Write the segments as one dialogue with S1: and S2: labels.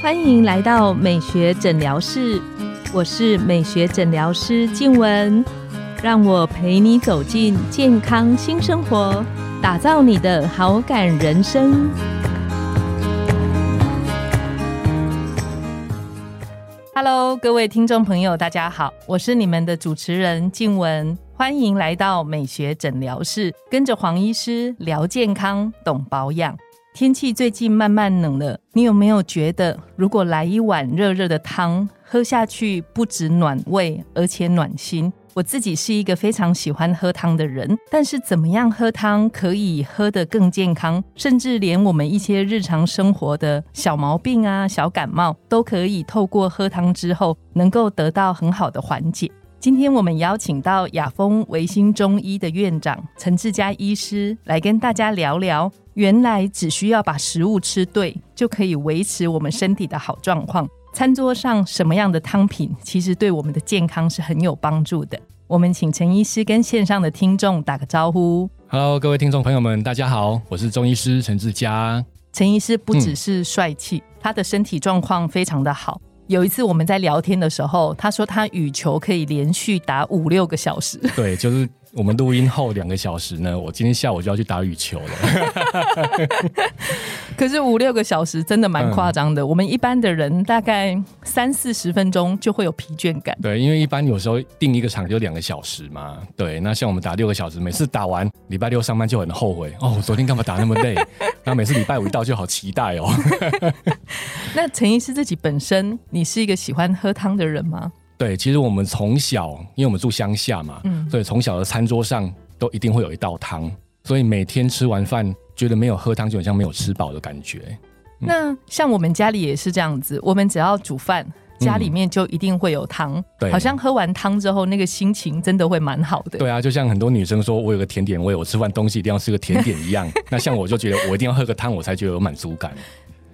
S1: 欢迎来到美学诊疗室，我是美学诊疗师静雯，让我陪你走进健康新生活，打造你的好感人生。Hello，各位听众朋友，大家好，我是你们的主持人静雯，欢迎来到美学诊疗室，跟着黄医师聊健康，懂保养。天气最近慢慢冷了，你有没有觉得，如果来一碗热热的汤，喝下去不止暖胃，而且暖心？我自己是一个非常喜欢喝汤的人，但是怎么样喝汤可以喝得更健康，甚至连我们一些日常生活的小毛病啊、小感冒，都可以透过喝汤之后，能够得到很好的缓解。今天我们邀请到雅风维新中医的院长陈志佳医师来跟大家聊聊，原来只需要把食物吃对，就可以维持我们身体的好状况。餐桌上什么样的汤品，其实对我们的健康是很有帮助的。我们请陈医师跟线上的听众打个招呼。
S2: Hello，各位听众朋友们，大家好，我是中医师陈志佳。
S1: 陈医师不只是帅气，他的身体状况非常的好。有一次我们在聊天的时候，他说他羽球可以连续打五六个小时，
S2: 对，就是我们录音后两个小时呢，我今天下午就要去打羽球了。
S1: 可是五六个小时真的蛮夸张
S2: 嗯
S1: 的。我们一般的人大概三四十分钟就会有疲倦感。
S2: 对，因为一般有时候定一个场就两个小时嘛。对，那像我们打六个小时，每次打完礼拜六上班就很后悔哦，我昨天干嘛打那么累？那每次礼拜五一到就好期待哦。
S1: 那陈医师自己本身，你是一个喜欢喝汤的人吗？
S2: 对，其实我们从小，因为我们住乡下嘛，所以从小的餐桌上都一定会有一道汤，所以每天吃完饭觉得没有喝汤就好像没有吃饱的感觉。
S1: 那像我们家里也是这样子，我们只要煮饭，家里面就一定会有汤。
S2: 对
S1: 好像喝完汤之后，那个心情真的会蛮好的。
S2: 对啊，就像很多女生说，我有个甜点胃，我吃完东西一定要吃个甜点一样。那像我就觉得，我一定要喝个汤，我才觉得有满足感。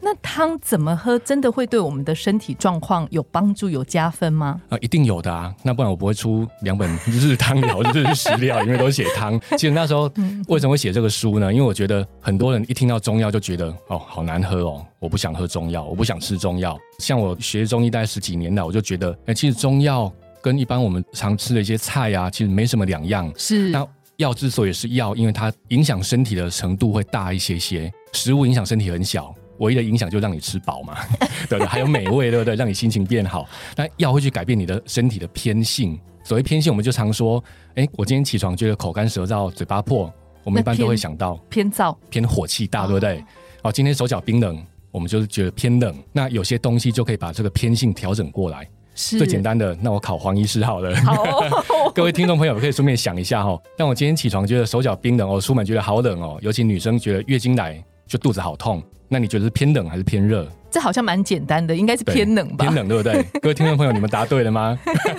S1: 那汤怎么喝，真的会对我们的身体状况有帮助、有加分吗？
S2: 啊、一定有的啊，那不然我不会出两本日汤疗、日食疗，里面都写汤。其实那时候为什么会写这个书呢？因为我觉得很多人一听到中药就觉得哦，好难喝哦，我不想喝中药，我不想吃中药。像我学中医大概十几年了，我就觉得，哎、其实中药跟一般我们常吃的一些菜啊，其实没什么两样。
S1: 是
S2: 那药之所以是药，因为它影响身体的程度会大一些些，食物影响身体很小。唯一的影响就让你吃饱嘛， 对不对？还有美味，对不对？让你心情变好。那药会去改变你的身体的偏性。所谓偏性，我们就常说，哎，我今天起床觉得口干舌燥、嘴巴破，我们一般
S1: 那偏
S2: 都会想到
S1: 偏燥，
S2: 偏火气
S1: 嗯
S2: 大，对不对？哦，今天手脚冰冷，我们就是觉得偏冷。那有些东西就可以把这个偏性调整过来。
S1: 是
S2: 最简。单的，那我考黄医师好了。
S1: 好、哦，
S2: 各位听众朋友可以顺便想一下哦， 但我今天起床觉得手脚冰冷哦，出门觉得好冷哦，尤其女生觉得月经来就肚子好痛，那你觉得是偏冷还是偏热？
S1: 这好像蛮简单的，应该是
S2: 对
S1: 偏冷吧？
S2: 偏冷对 不对？各位听众朋友，你们答对了吗？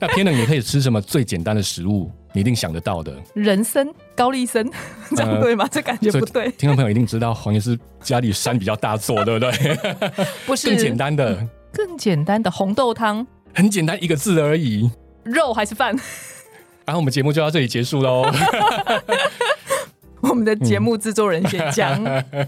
S2: 那偏冷你可以吃什么最简单的食物？你一定想得到的。
S1: 人参、高丽参，这样
S2: 呃
S1: 对吗？这感觉
S2: 所以
S1: 不对，
S2: 听众朋友一定知道黄医师家里山比较大做，对不对？
S1: 不 是
S2: 更简单的，
S1: 更简单的红豆汤，
S2: 很简单一个字而已。
S1: 肉还是饭？
S2: 嗯然后我们节目就到这里结 束喽。
S1: 我们的节目制作人写姜，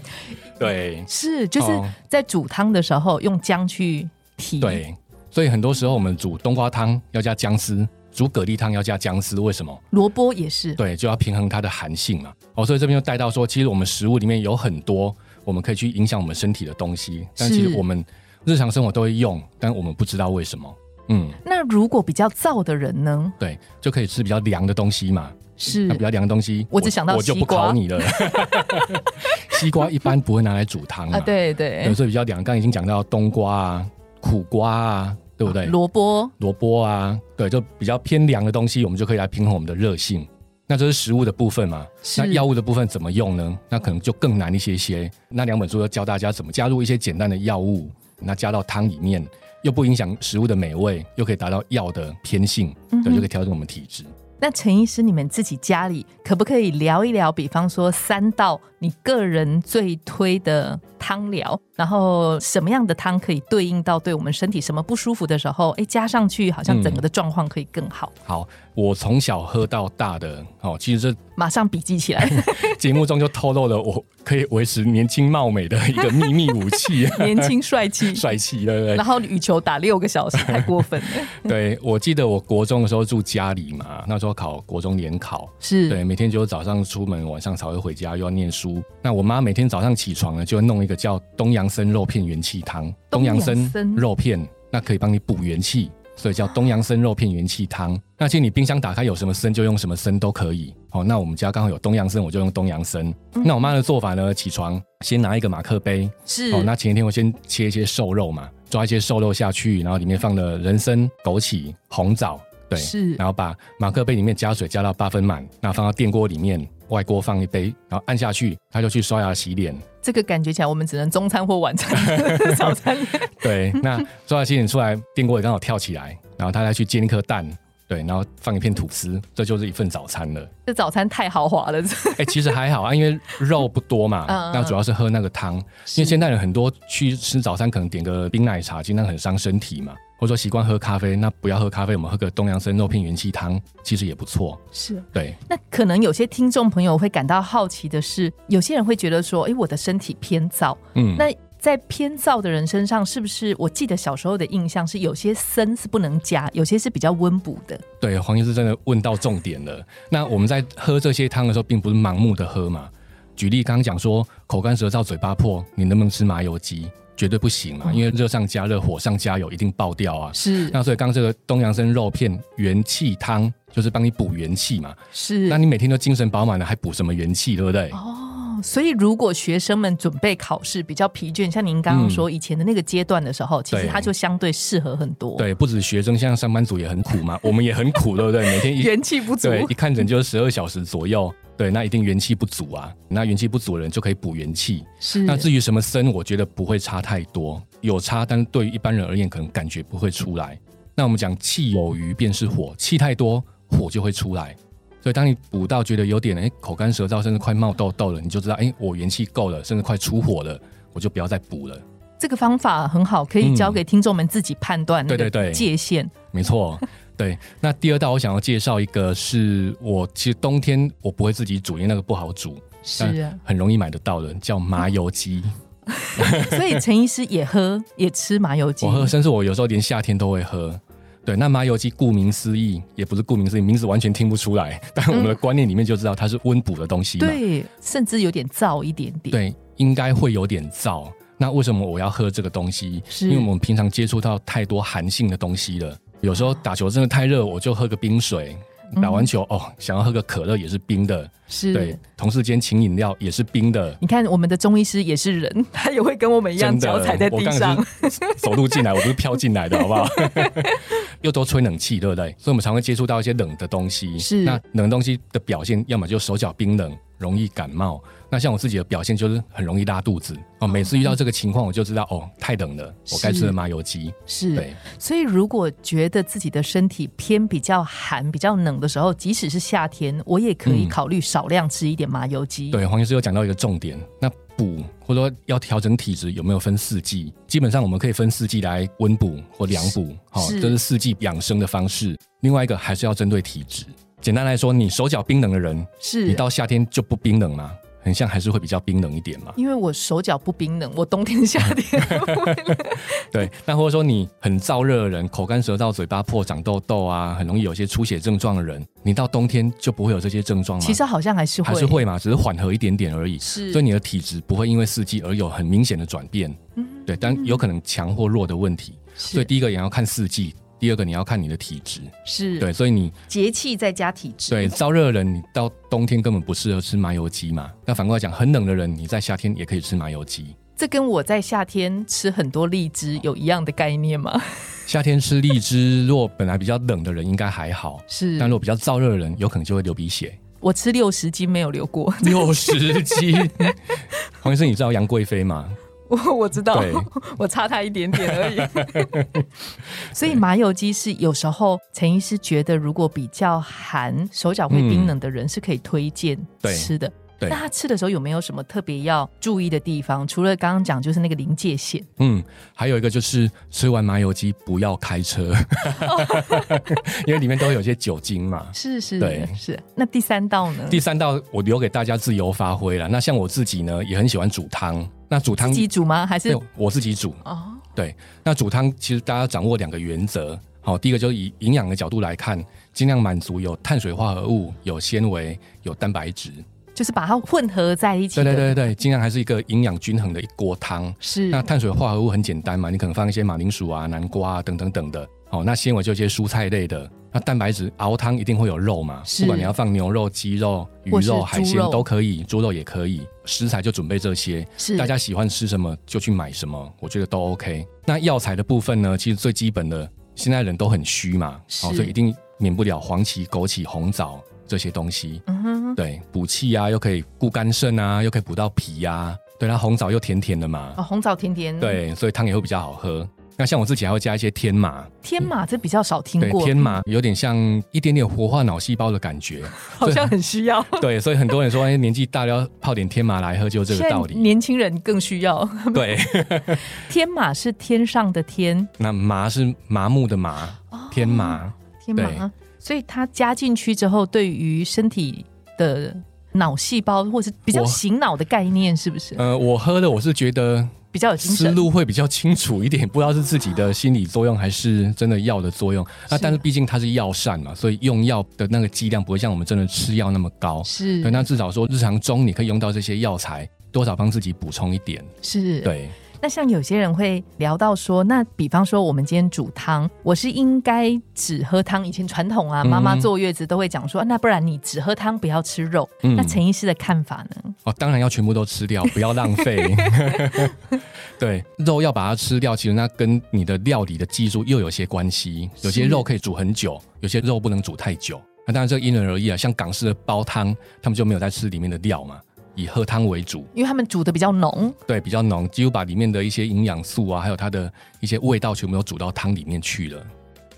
S2: 对，
S1: 是就是
S2: 哦
S1: 在煮汤的时候用姜去提，，
S2: 对，所以很多时候我们煮冬瓜汤要加姜丝，煮蛤蜊汤要加姜丝，为什么？
S1: 萝卜也是，
S2: 对，就要平衡它的寒性嘛。哦，所以这边就带到说，其实我们食物里面有很多我们可以去影响我们身体的东西，但其
S1: 是
S2: 实我们日常生活都会用，但我们不知道为什么。嗯，
S1: 那如果比较燥的人呢？
S2: 对，就可以吃比较凉的东西嘛。
S1: 是啊
S2: 那比较凉的东西，
S1: 嗯我只想到
S2: 我就
S1: 西
S2: 不
S1: 瓜
S2: 考你 了。西瓜一般不会拿来煮汤嘛。
S1: 啊，对
S2: 有
S1: 对，
S2: 时候比较凉，刚刚已经讲到冬瓜啊、苦瓜啊，对不对？
S1: 萝卜
S2: 萝卜啊，对，就比较偏凉的东西，我们就可以来平衡我们的热性。那这是食物的部分嘛？
S1: 是
S2: 那药物的部分怎么用呢？那可能就更难一些些。那两本书都教大家怎么加入一些简单的药物，那加到汤里面，又不影响食物的美味，又可以达到药的偏性，
S1: 嗯
S2: 对，就可以调整我们体质。
S1: 那陈医师，你们自己家里可不可以聊一聊？比方说三道你个人最推的汤疗，然后什么样的汤可以对应到对我们身体什么不舒服的时候，哎，加上去好像整
S2: 嗯
S1: 个的状况可以更好。
S2: 好，我从小喝到大的哦，其实
S1: 马上笔记起来，
S2: 这节目中就透露了我可以维持年轻貌美的一个秘密武器，
S1: 年轻帅气，
S2: 帅气，对不对
S1: 然？后羽球打六个小时，太过分 了。
S2: 对，我记得我国中的时候住家里嘛，那时候考国中联考，对，
S1: 是，
S2: 每天只有早上出门，晚上才会回家，又要念书。那我妈每天早上起床呢，就会弄一个叫东洋参肉片元气汤，
S1: 东洋参
S2: 参肉片，那可以帮你补元气，所以叫东洋参肉片元气汤。那其实你冰箱打开有什么参就用什么参都可以。哦，那我们家刚好有东洋参，我就用东洋参。
S1: 嗯
S2: 那我妈的做法呢，起床先拿一个马克杯，
S1: 是，
S2: 哦，那前一天我先切一些瘦肉嘛，抓一些瘦肉下去，然后里面放了人参、枸杞、红枣，对，
S1: 是
S2: 然后把马克杯里面加水加到八分满，那放到电锅里面，外锅放一杯，然后按下去，它就去刷牙洗脸。
S1: 这个感觉起来，我们只能中餐或晚餐、早餐。
S2: 对，那刷牙洗脸出来，电锅也刚好跳起来，然后它再去煎一颗蛋，对，然后放一片吐司，这就是一份早餐了。
S1: 这早餐太豪华了，这
S2: 哎、其实还好啊，因为肉不多嘛，
S1: 嗯嗯
S2: 那主要是喝那个汤。因为现代人很多去吃早餐，可能点个冰奶茶，其实那很伤身体嘛。或者说习惯喝咖啡，那不要喝咖啡，我们喝个东洋参肉片元气汤，其实也不错。
S1: 是。
S2: 对，
S1: 那可能有些听众朋友会感到好奇的是，有些人会觉得说，诶，我的身体偏燥。
S2: 嗯，
S1: 那在偏燥的人身上，是不是我记得小时候的印象是有些参是不能加，有些是比较温补的？
S2: 对，黄医师真的问到重点了。那我们在喝这些汤的时候，并不是盲目的喝嘛。举例刚刚讲说口干舌燥、嘴巴破，你能不能吃麻油鸡？绝对不行
S1: 嗯
S2: 嘛，因为热上加热，火上加油，一定爆掉啊。
S1: 是
S2: 那所以刚刚这个东洋参肉片元气汤，就是帮你补元气嘛。那
S1: 是
S2: 你每天都精神饱满了，还补什么元气，对不对？
S1: 哦，所以如果学生们准备考试比较疲倦，像您刚刚说以前的那个阶段的时候，其实
S2: 对
S1: 它就相对适合很多，，
S2: 对，不止学生，现在上班族也很苦嘛，我们也很苦，对不对？每天一
S1: 元气不足。
S2: 对一看诊就是十二小时左右，对，那一定元气不足啊。那元气不足的人就可以补元气。
S1: 是
S2: 那至于什么参，我觉得不会差太多，有差，但对于一般人而言，可能感觉不会出来。那我们讲气有余便是火，气太多火就会出来。所以当你补到觉得有点哎口干舌燥，甚至快冒痘痘了，你就知道哎我元气够了，甚至快出火了，我就不要再补了。
S1: 这个方法很好，可以交给听众们自己判断那
S2: 嗯对对
S1: 个
S2: 对
S1: 界限。
S2: 没错， 对。那第二道我想要介绍一个是我其实冬天我不会自己煮，因为那个不好煮，
S1: 是啊，
S2: 很容易买得到的，叫麻油鸡。
S1: 所以陈医师也喝也吃麻油鸡
S2: 我，喝，甚至我有时候连夏天都会喝。对，那麻油鸡顾名思义，也不是顾名思义，名字完全听不出来， 但我们的观念里面就知道它是温补的东西嘛。
S1: 对，甚至有点燥一点点。
S2: 对，应该会有点燥。那为什么我要喝这个东西？
S1: 是
S2: 因为我们平常接触到太多寒性的东西了。有时候打球真的太热，我就喝个冰水。打完球、哦，想要喝个可乐也是冰的，
S1: 嗯是。
S2: 对，同事间请饮料也是冰的，
S1: 你看，我们的中医师也是人， 他也会跟我们一样
S2: 真的，
S1: 脚踩在地上
S2: 我。刚才是走路进来，我不是飘进来的，好不 好？又都吹冷气，对不对？所以我们常会接触到一些冷的东西。
S1: 是
S2: 那冷的东西的表现，要么就手脚冰冷，容易感冒。那像我自己的表现就是很容易拉肚子哦。每次遇到这个情况，我就知道哦，太冷了，我该吃
S1: 是
S2: 了麻油鸡。
S1: 是，
S2: 对，
S1: 所以如果觉得自己的身体偏比较寒、比较冷的时候，即使是夏天，我也可以
S2: 嗯
S1: 考虑少量吃一点麻油鸡。
S2: 对，黄医师有讲到一个重点，那补或者说要调整体质有没有分四季？基本上我们可以分四季来温补或凉补，好、
S1: 是
S2: 这是四季养生的方式。另外一个还是要针对体质。简单来说，你手脚冰冷的人，你
S1: 是。
S2: 到夏天就不冰冷吗？很像还是会比较冰冷一点嘛。
S1: 因为我手脚不冰冷，我冬天夏 天
S2: 对，那或者说你很燥热的人，口干舌燥、嘴巴破、长痘痘啊，很容易有些出血症状的人，你到冬天就不会有这些症状吗？
S1: 其实好像还是会，
S2: 还是会嘛，只是缓和一点点而已。
S1: 是
S2: 所以你的体质不会因为四季而有很明显的转变。对，但有可能强或弱的问题。
S1: 嗯是
S2: 所以第一个也要看四季，第二个你要看你的体质。
S1: 是
S2: 对，所以你
S1: 节气再加体质，
S2: 对燥热的人，你到冬天根本不适合吃麻油鸡嘛。那反过来讲，很冷的人，你在夏天也可以吃麻油鸡。
S1: 这跟我在夏天吃很多荔枝有一样的概念吗？
S2: 夏天吃荔枝，若本来比较冷的人应该还好，
S1: 是
S2: 但如果比较燥热的人，有可能就会流鼻血。
S1: 我吃六十斤没 有流过，
S2: 六十斤，黄医生，你知道杨贵妃吗？
S1: 我我知道
S2: 对，
S1: 我差他一点点而 已。所以麻油鸡是有时候陈医师觉得，如果比较寒、手脚会冰冷的人是可以推荐
S2: 对
S1: 吃的。
S2: 对
S1: 那它吃的时候有没有什么特别要注意的地方？除了刚刚讲就是那个临界线，
S2: 嗯，还有一个就是吃完麻油鸡不要开 车，因为里面都会有一些酒精嘛。
S1: 是是
S2: 对
S1: 是。那第三道呢？
S2: 第三道我留给大家自由发挥了。那像我自己呢，也很喜欢煮汤。那煮汤
S1: 自己煮吗？还是
S2: 对我自己煮。
S1: 哦？
S2: 对，那煮汤其实大家掌握两个原则。好，第一个就是以营养的角度来看，尽量满足有碳水化合物、有纤维、有蛋白质。
S1: 就是把它混合在一起
S2: 对
S1: 的。
S2: 对对对，尽量还是一个营养均衡的一锅汤。
S1: 是
S2: 那碳水化合物很简单嘛，你可能放一些马铃薯啊、南瓜啊等等等的。哦，那纤维就一些蔬菜类的。那蛋白质熬汤一定会有肉嘛，
S1: 是
S2: 不管你要放牛肉、鸡肉、鱼
S1: 或是
S2: 肉、海
S1: 猪
S2: 鲜
S1: 肉
S2: 都可以，猪肉也可以。食材就准备这些，
S1: 是
S2: 大家喜欢吃什么就去买什么，我觉得都 OK。那药材的部分呢，其实最基本的，现在人都很虚嘛，哦
S1: 是
S2: 所以一定免不了黄芪、枸杞、红枣这些东西。
S1: 嗯哼
S2: 对，补气啊，又可以固肝肾啊，又可以补到脾啊。对，那红枣又甜甜的嘛，
S1: 哦，红枣甜甜，，
S2: 对，所以汤也会比较好喝。那像我自己还会加一些天麻，
S1: 天马这比较少听
S2: 对，
S1: 过，
S2: 天麻有点像一点点活化脑细胞的感觉。
S1: 好像很需要。
S2: 对，所以很多人说，哎，年纪大了要泡点天麻来喝，就这
S1: 现在
S2: 个道 理。
S1: 年轻人更需要
S2: 对。
S1: 天马是天上的天，
S2: 那麻是麻木的麻，
S1: 哦
S2: 天麻。
S1: 天马，所以它加进去之后，对于身体的脑细胞或是比较
S2: 我
S1: 醒脑的概念，是不是
S2: 呃，我喝了，我是觉得
S1: 比较有精
S2: 思
S1: 神？
S2: 路会比较清楚一点，不知道是自己的心理作用还是真的药的作用。那但是毕竟它是药膳嘛，所以用药的那个剂量不会像我们真的吃药那么高。
S1: 是
S2: 对，那至少说日常中你可以用到这些药材，多少帮自己补充一点。
S1: 是，
S2: 对，
S1: 那像有些人会聊到说，那比方说我们今天煮汤，我是应该只喝汤。以前传统啊，
S2: 嗯
S1: 妈妈坐月子都会讲说，啊那不然你只喝汤，不要吃肉。
S2: 嗯
S1: 那陈医师的看法呢？
S2: 哦，当然要全部都吃掉，不要浪费。对，肉要把它吃掉，其实那跟你的料理的技术又有些关系。有些
S1: 是
S2: 肉可以煮很久，有些肉不能煮太久。那当然这因人而异啊。像港式的煲汤，他们就没有在吃里面的料嘛，以喝汤为主，
S1: 因为他们煮的比较浓，
S2: 对，比较浓，几乎把里面的一些营养素啊，还有它的一些味道全部都煮到汤里面去了。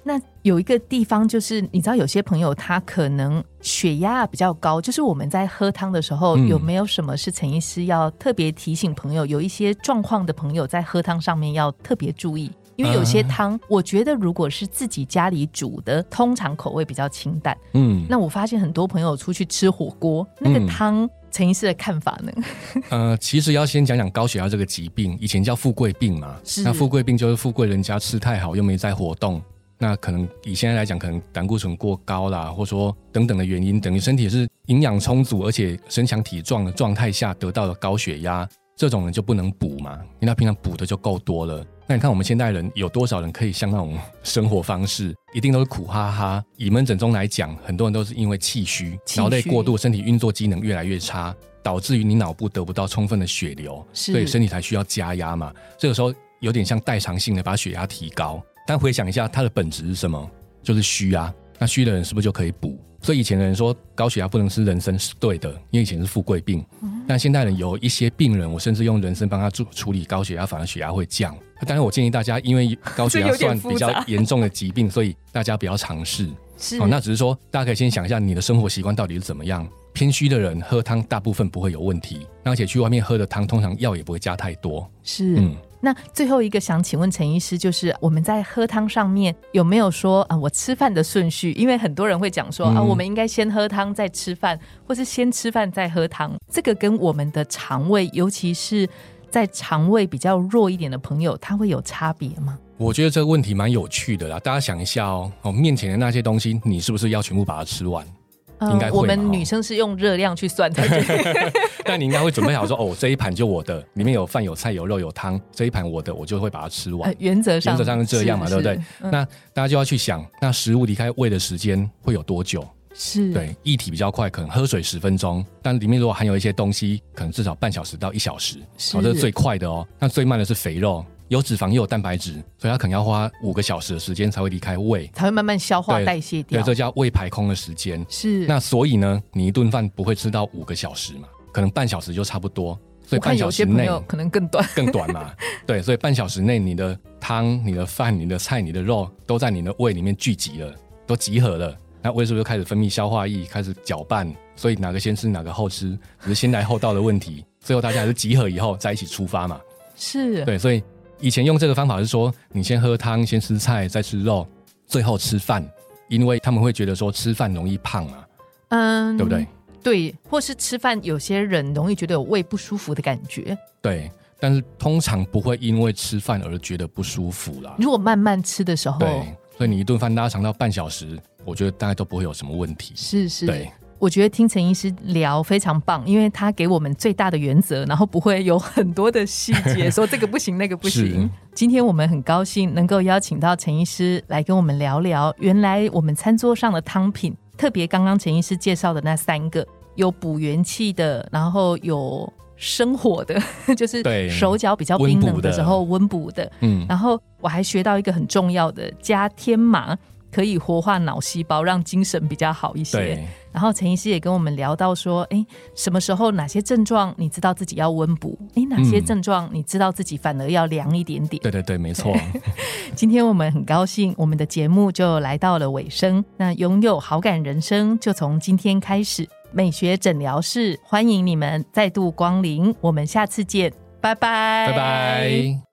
S1: 那有一个地方就是，你知道有些朋友他可能血压比较高，就是我们在喝汤的时候，
S2: 嗯
S1: 有没有什么是陈医师要特别提醒朋友，有一些状况的朋友在喝汤上面要特别注意？因为有
S2: 啊
S1: 些汤，我觉得如果是自己家里煮的，通常口味比较清淡。
S2: 嗯，
S1: 那我发现很多朋友出去吃火锅，那个
S2: 嗯
S1: 汤，陈医师的看法呢？
S2: 呃，其实要先讲讲高血压这个疾病，以前叫富贵病嘛
S1: 是。
S2: 那富贵病就是富贵人家吃太好又没在活动，那可能以现在来讲，可能胆固醇过高啦，或者说等等的原因，等于身体是营养充足而且身强体壮的状态下得到了高血压，这种人就不能补嘛，因为他平常补的就够多了。那你看我们现代人有多少人可以像那种生活方式，一定都是苦哈哈。以门诊中来讲，很多人都是因为气虚、
S1: 气虚
S2: 劳累过度，身体运作机能越来越差，导致于你脑部得不到充分的血流，
S1: 是
S2: 所以身体才需要加压嘛。这个时候有点像代偿性的把血压提高，但回想一下它的本质是什么，就是虚啊。那虚的人是不是就可以补？所以以前的人说高血压不能吃人参是对的，因为以前是富贵病。
S1: 嗯
S2: 但现代人有一些病人，我甚至用人参帮他处处理高血压，反而血压会降。当然，我建议大家，因为高
S1: 这
S2: 血压
S1: 有点
S2: 算
S1: 复
S2: 比较
S1: 杂
S2: 严重的疾病，所以大家不要尝试。
S1: 是
S2: 哦，那只是说，大家可以先想一下你的生活习惯到底是怎么样。偏虚的人喝汤大部分不会有问题，那而且去外面喝的汤，通常药也不会加太多。
S1: 是。
S2: 嗯
S1: 那最后一个想请问陈医师，就是我们在喝汤上面有没有说啊、我吃饭的顺序？因为很多人会讲说、啊，
S2: 嗯
S1: 我们应该先喝汤再吃饭，或是先吃饭再喝汤。这个跟我们的肠胃，尤其是在肠胃比较弱一点的朋友，它会有差别吗？
S2: 我觉得这个问题蛮有趣的啦，大家想一下哦，哦，面前的那些东西，你是不是要全部把它吃完？应该会吧
S1: 呃我们
S2: 哦
S1: 女生是用热量去算 才对。
S2: 但你应该会准备 好说，哦，这一盘就我的，里面有饭、有菜、有肉、有汤，这一盘我的，我就会把它吃完。
S1: 呃原则上
S2: 原则上是嗯这样嘛，对不对？？那大家就要去想，那食物离开胃的时间会有多久？
S1: 是，是，
S2: 对，液体比较快，可能喝水十分钟，但里面如果含有一些东西，可能至少半小时到一小时，
S1: 是
S2: 好、这是最快的哦。那最慢的是肥肉，有脂肪又有蛋白质，所以它可能要花五个小时的时间才会离开胃，
S1: 才会慢慢消化
S2: 对
S1: 代谢
S2: 对，
S1: 掉。
S2: 这叫胃排空的时间。
S1: 是，
S2: 那所以呢，你一顿饭不会吃到五个小时嘛，可能半小时就差不多，
S1: 我
S2: 所以
S1: 看
S2: 半
S1: 有
S2: 小
S1: 些
S2: 时
S1: 朋
S2: 内
S1: 友可能更短。
S2: 更短嘛，对，所以半小时内你的汤、你的饭、你的菜、你的肉都在你的胃里面聚集了，都集合了，那胃是不是就开始分泌消化液，开始搅拌，所以哪个先吃哪个后吃，只是先来后到的问题。最后大家还是集合以后在一起出发嘛。
S1: 是，
S2: 对，所以以前用这个方法是说，你先喝汤，先吃菜，再吃肉，最后吃饭，因为他们会觉得说吃饭容易胖嘛，
S1: 嗯，
S2: 对不对？？
S1: 对，或是吃饭，有些人容易觉得有胃不舒服的感觉，
S2: 对，但是通常不会因为吃饭而觉得不舒服啦。
S1: 如果慢慢吃的时候，
S2: 对，所以你一顿饭拉长到半小时，我觉得大概都不会有什么问题。
S1: 是是，
S2: 对，
S1: 我觉得听陈医师聊非常棒，因为他给我们最大的原则，然后不会有很多的细节，说这个不行那个不行
S2: 是。
S1: 今天我们很高兴能够邀请到陈医师来跟我们聊聊，原来我们餐桌上的汤品，特别刚刚陈医师介绍的那三个，有补元气的，然后有生火的， 就是
S2: 对
S1: 手脚比较
S2: 温
S1: 冰冷
S2: 补
S1: 的
S2: 的
S1: 时候温补的，
S2: 嗯，
S1: 然后我还学到一个很重要的，加天麻可以活化脑细胞，让精神比较好一些。
S2: 对，
S1: 然后陈医师也跟我们聊到说，哎，什么时候哪些症状你知道自己要温补？哎，哪些
S2: 嗯
S1: 症状你知道自己反而要凉一点点？
S2: 对对对，没错。
S1: 今天我们很高兴，我们的节目就来到了尾声。那拥有好感人生，就从今天开始。美学诊疗室欢迎你们再度光临，我们下次见，拜拜，
S2: 拜拜。